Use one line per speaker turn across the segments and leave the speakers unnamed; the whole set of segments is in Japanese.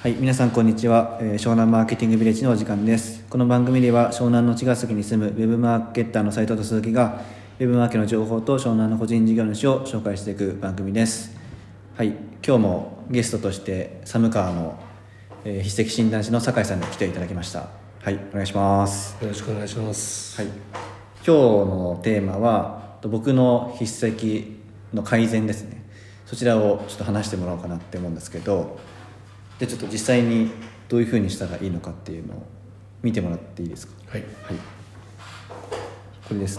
はい、皆さんこんにちは、えー湘南マーケティングビレッジのお時間です。この番組では湘南の茅ヶ崎に住むウェブマーケッターの斉藤と鈴木がウェブマーケの情報と湘南の個人事業主を紹介していく番組です。はい、今日もゲストとして寒川の、えー筆跡診断士の酒井さんに来ていただきました。はい、お願いします。
よろしくお願いします。
はい、今日のテーマは僕の筆跡の改善ですねそちらをちょっと話してもらおうかなって思うんですけどでちょっと実際にどういうふうにしたらいいのかっていうのを見てもらっていいですか
はい。
はいこれです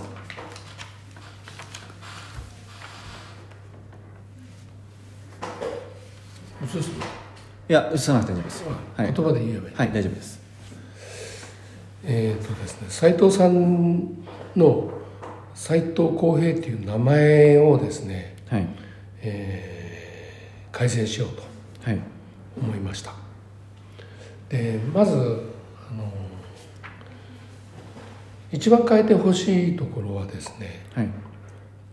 そうですね。
いや映さなくて大丈夫です、はい、
言葉で言えばいい。
はい大丈夫です
えっ、とですね、斉藤さんの斉藤浩平っていう名前をですね、
はい
えー改善しようと
はい
思いました。で、まずあの一番変えてほしいところはですね、
はい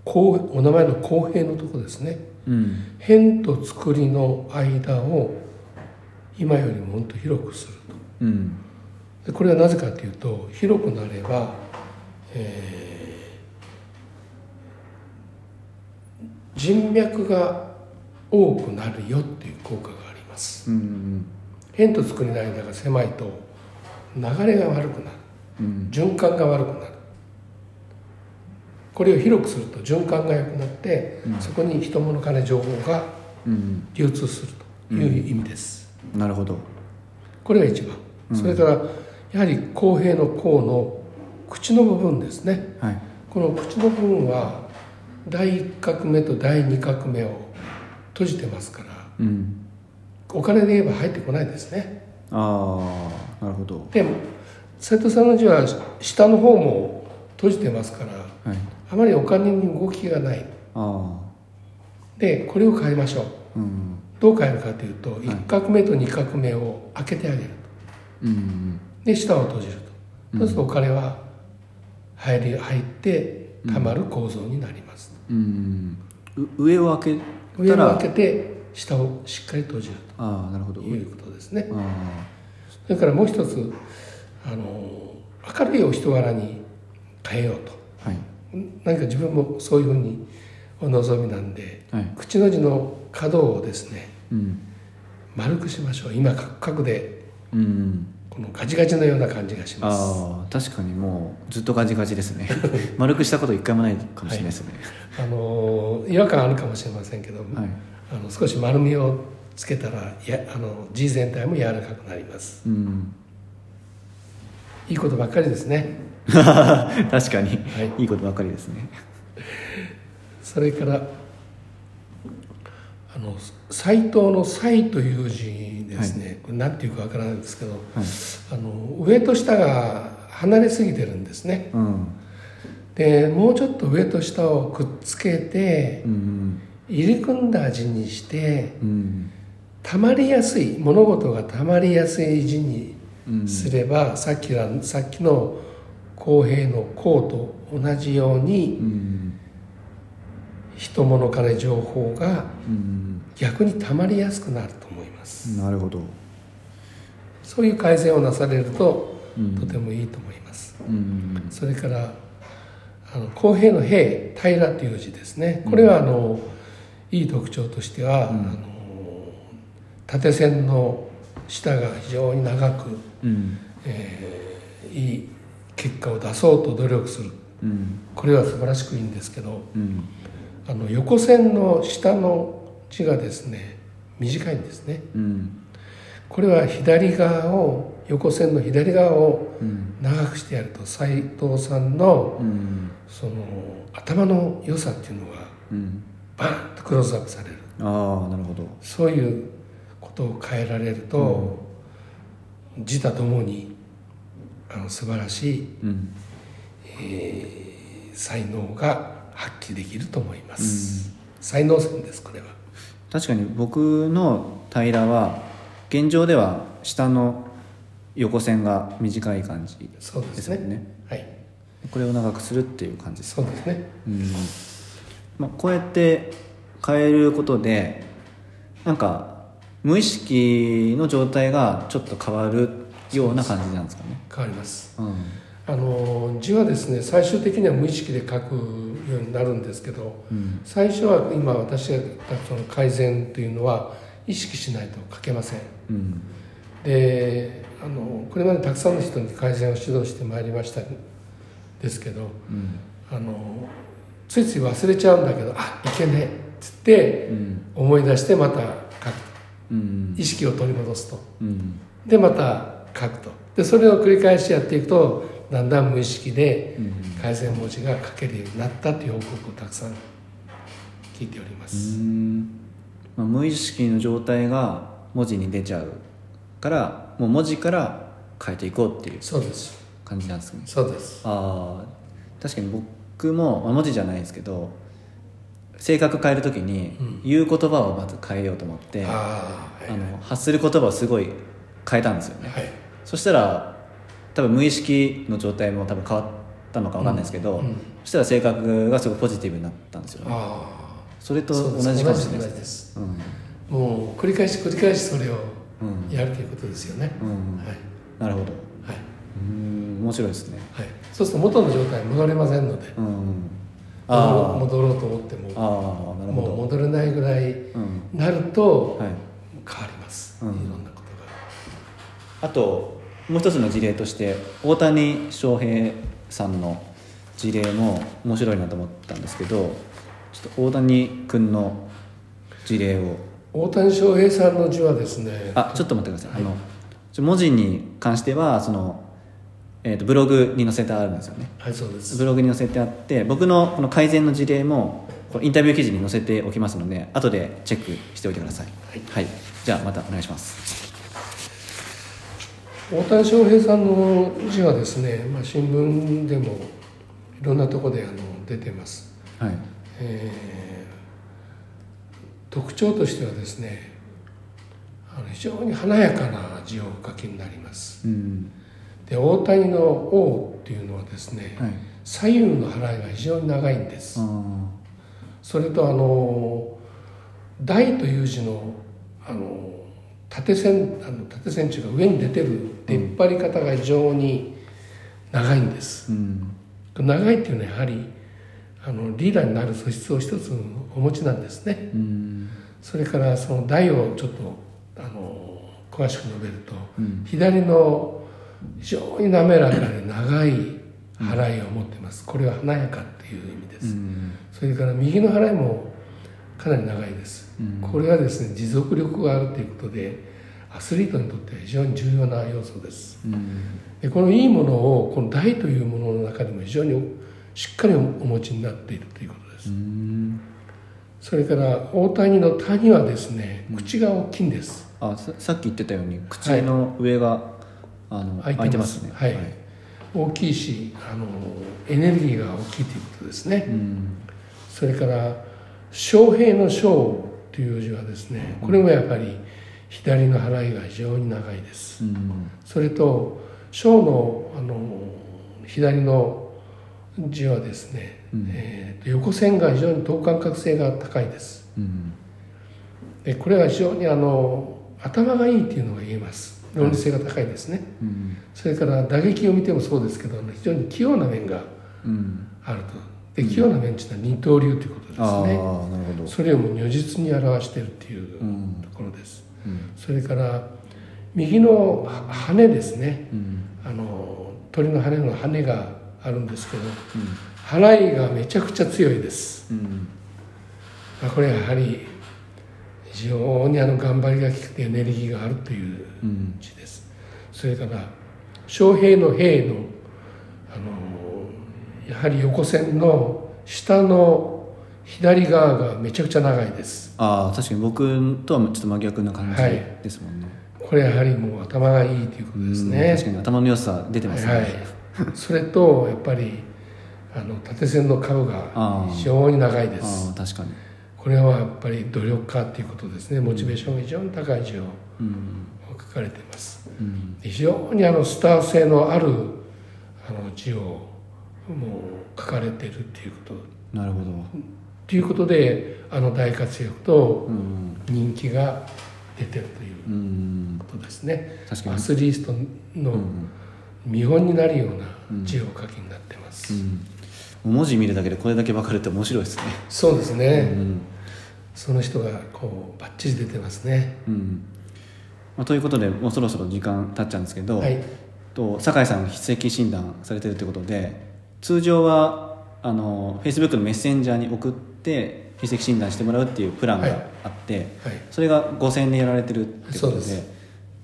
こうお名前の浩平のところですね。
うん
変と作りの間を今よりも本当広くすると。
うん
でこれはなぜかというと広くなれば、えー人脈が多くなるよっていう効果があります
うん
変と作りの間が狭いと流れが悪くなる
うん
循環が悪くなるこれを広くすると循環が良くなって、そこに人物金情報が
うん
流通するという意味です、
うんなるほど
これが一番、それからやはり公平の公の口の部分ですね
はい
この口の部分は第1画目と第2画目を閉じてますから
うん
お金で言えば入ってこないですね
ああなるほど
でも斉藤さんの字は下の方も閉じてますから
はい
あまりお金に動きがない
ああ
でこれを変えましょ
う
う
ん
どう変えるかというと1画目と2画目を開けてあげる
うん
で下を閉じるとそうするとお金は入り入ってたまる構造になります、
うんう上を開け
上
た
を
ら
開けて下をしっかり閉じる
ああなるほ
と
ど
いうことですね
あ
それからもう一つあの明るいお人柄に変えようと
あはい
何か自分もそういうふうにお望みなんで
はい
口の字の角をですね
うん
丸くしましょう今カクカクで
うん
このガチガチのような感じがします
ああ確かにもうずっとガチガチですね丸くしたこと一回もないかもしれないですね
あの違和感あるかもしれませんけど、
はい、
あの少し丸みをつけたらやあの G 全体も柔らかくなります
うん、
いいことばっかりですね
確かに、、
はい
いことばかりですね
それからあの斎藤の「斎」という字ですね、これ何ていうかわからないんですけど、
はい
あの上と下が離れすぎてるんですね
うん
でもうちょっと上と下をくっつけて
うん
入り組んだ字にして
うん
たまりやすい物事がたまりやすい字に
うん
すれば、さっきらさっきの公平の「公」と同じよう
う
に
ん
人物金情報が
うん
逆にたまりやすくなると思います
なるほど
そういう改善をなされると、
うん
とてもいいと思います
うん
それからあの公平の平平という字ですねこれはあの、いい特徴としては、あの縦線の下が非常に長く、
うん
えーいい結果を出そうと努力する
うん
これは素晴らしくいいんですけど
うん
あの横線の下の字がですね短いんですね
うん
これは左側を横線の左側を
うん
長くしてやると斎藤さんの
うん
その頭の良さっていうのが
うん
バーンとクローズアップされる
ああなるほど
そういうことを変えられると、自他ともにあの素晴らしい、
うん
えー才能が発揮できると思います、才能線ですこれは
確かに僕の平らは現状では下の横線が短い感じ
そうで
ですすよ
ね
ね
はい
これを長くするっていう感じです
そうですね
うん、まあ、こうやって変えることでなんか無意識の状態がちょっと変わるような感じなんですかね。
変わります
うん
あの字はですね最終的には無意識で書くようになるんですけど
うん
最初は今私が言ったその改善というのは意識しないと書けません
うん
であのこれまでたくさんの人に改善を指導してまいりましたんですけど
うん
あのついつい忘れちゃうんだけどあいけねえっつって
うん
思い出してまた書く
うん
意識を取り戻すと
うん
でまた書くとでそれを繰り返しやっていくとだんだん無意識で
うん
改善文字が書けるようになったという報告をたくさん聞いております、
まあ、無意識の状態が文字に出ちゃうからもう文字から変えていこうっていう
そうです
感じなんですね
そうです
あー確かに僕も、まあ、文字じゃないですけど性格変える時に
うん
言う言葉をまず変えようと思って、あ
ああはい
の発する言葉をすごい変えたんですよね
はい
そしたら多分無意識の状態も多分変わったのか分かんないですけど、
うん
そしたら性格がすごいポジティブになったんですよね
ああ
それと
そう
同
です
じかもしれない
同
で
じ
す
です
うん
もう繰り返し繰り返しそれを
うん
やるということですよね、
うん
はい
なるほど
はい、
うん面白いですね
はい、そうすると元の状態に戻れませんので
うんあー
戻ろうと思っても
あーなる
もう
ほ
戻れないぐらい
どうん
なると
はい
変わります、
うん
いろんなこと
あともう一つの事例として大谷翔平さんの事例も面白いなと思ったんですけどちょっと大谷君の事例を
が大谷翔平さんの字はですね
あちょっと待ってください、あのちょ文字に関してはその、えー、とブログに載せてあるんですよね
はいそうです
ブログに載せてあって僕のこの改善の事例もこのインタビュー記事に載せておきますので後でチェックしておいてください、はいじゃあまたお願いします
大谷翔平さんの字はですね、まあ、新聞でもいろんなところであの出てます、
はい
えー特徴としてはですねあの非常に華やかな字をお書きになります
うん
で大谷の「王」っていうのはですね、
はい
左右の払いが非常に長いんです、
あ
それとあの「大」という字のあの縦線あの縦線っていうか上に出てる出っ張り方が非常に長いんです、
ーうん
長いっていうのはやはりあのリーダーになる素質を一つお持ちなんですね
うん
それからその「大」をちょっとあの詳しく述べると、
うん
左の非常に滑らかで長い払いを持ってます、これは華やかっていう意味です、
うん
それから右の払いもかなり長いです、
うん
これはですね持続力があるということでアスリートにとっては非常に重要な要素です
うん
でこのいいものをこの大というものの中でも非常にしっかりお持ちになっているということです
うん
それから大谷の谷はですね口が大きいんです、
あささっき言ってたように口の上が、あの開いてますね
はい大きいしあのエネルギーが大きいということですね、
うん
それから「昌平の昌」という字はですねこれもやっぱり左の払いが非常に長いです
うん
それと「昌」のあの左の字はですね、
うん
えーと横線が非常に等間隔性が高いです
うん
でこれは非常にあの頭がいいっていうのが言えます論理性が高いですね、
うん
それから打撃を見てもそうですけどあの非常に器用な面が
うん
あるとで器用な面っていうのは二刀流ということですね、
ああなるほど
それをもう如実に表しているっていう
う
と
ん
ころです、
うん
それから右のは羽ですね
うん
あの鳥の羽の羽があるんですけど
うん
払いがめちゃくちゃ強いです
うん
まあこれはやはり非常にあの頑張りがきくてエネルギーがあるという
うん
字ですそれから将兵の兵のあのやはり横線の下の左側がめちゃくちゃ長いです
ああ確かに僕とはちょっと真逆な感じですもんね、
これやはりもう頭がいいというこ
う
と
ん
ですね。
確かに頭の良さ出てますね、
はい、それとやっぱりあの縦線の株が
あー
非常に長いです。
ああ確かに
これはやっぱり努力家ということですね。モチベーションが非常に高い字を
うん
書かれています。
うん
非常にあのスター性のあるあの字をもう書かれているっていうこと。
なるほど
ということであの大活躍と
うん
人気が出てるという
うん
ことですね
確かに
アスリート
う
の
ん
見本になるような字をお書きになってます、
うん、文字見るだけでこれだけ分かるって面白いですね、
そうですね、
うん
その人がこうバッチリ出てますね
うんまあ、ということでもうそろそろ時間経っちゃうんですけど、
はい
と酒井さん筆跡診断されてるということで通常はあの Facebook のメッセンジャーに送って筆跡診断してもらうっていうプラン
は
が
い
あって、
はい
それが5000でやられてるってこ
そう
と
で
です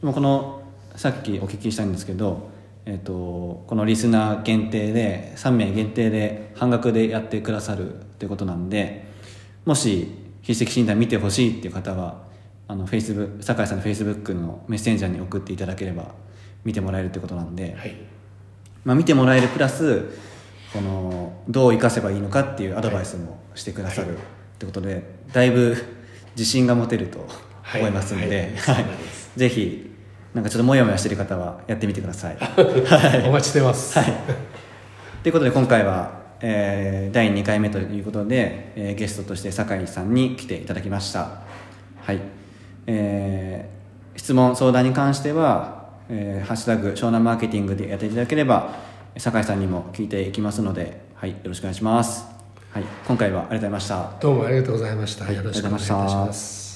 でもこのさっきお聞きしたんですけど、えっとこのリスナー限定で3名限定で半額でやってくださるということなんでもし筆跡診断見てほしいっていう方はあの Facebook 酒井さんの Facebook のメッセンジャーに送っていただければ見てもらえるということなんで、
はい
まあ、見てもらえるプラスこのどう生かせばいいのかっていうアドバイスもしてくださるってことで、だいぶ自信が持てると
はい
思いますんで、
はい
はい
そうなんです
ぜひなんかちょっとモヤモヤしてる方はやってみてください。
お待ちしてます、
はい、ということで今回は、えー第2回目ということで、えーゲストとして酒井さんに来ていただきました、はいえー質問相談に関しては「えーハッシュタグ湘南マーケティング」でやっていただければ酒井さんにも聞いていきますので、はい、よろしくお願いします、はい、今回はありがとうございました
どうもありがとうございました、よろしくお願いいたし
ありがとうござい
ま
まし
す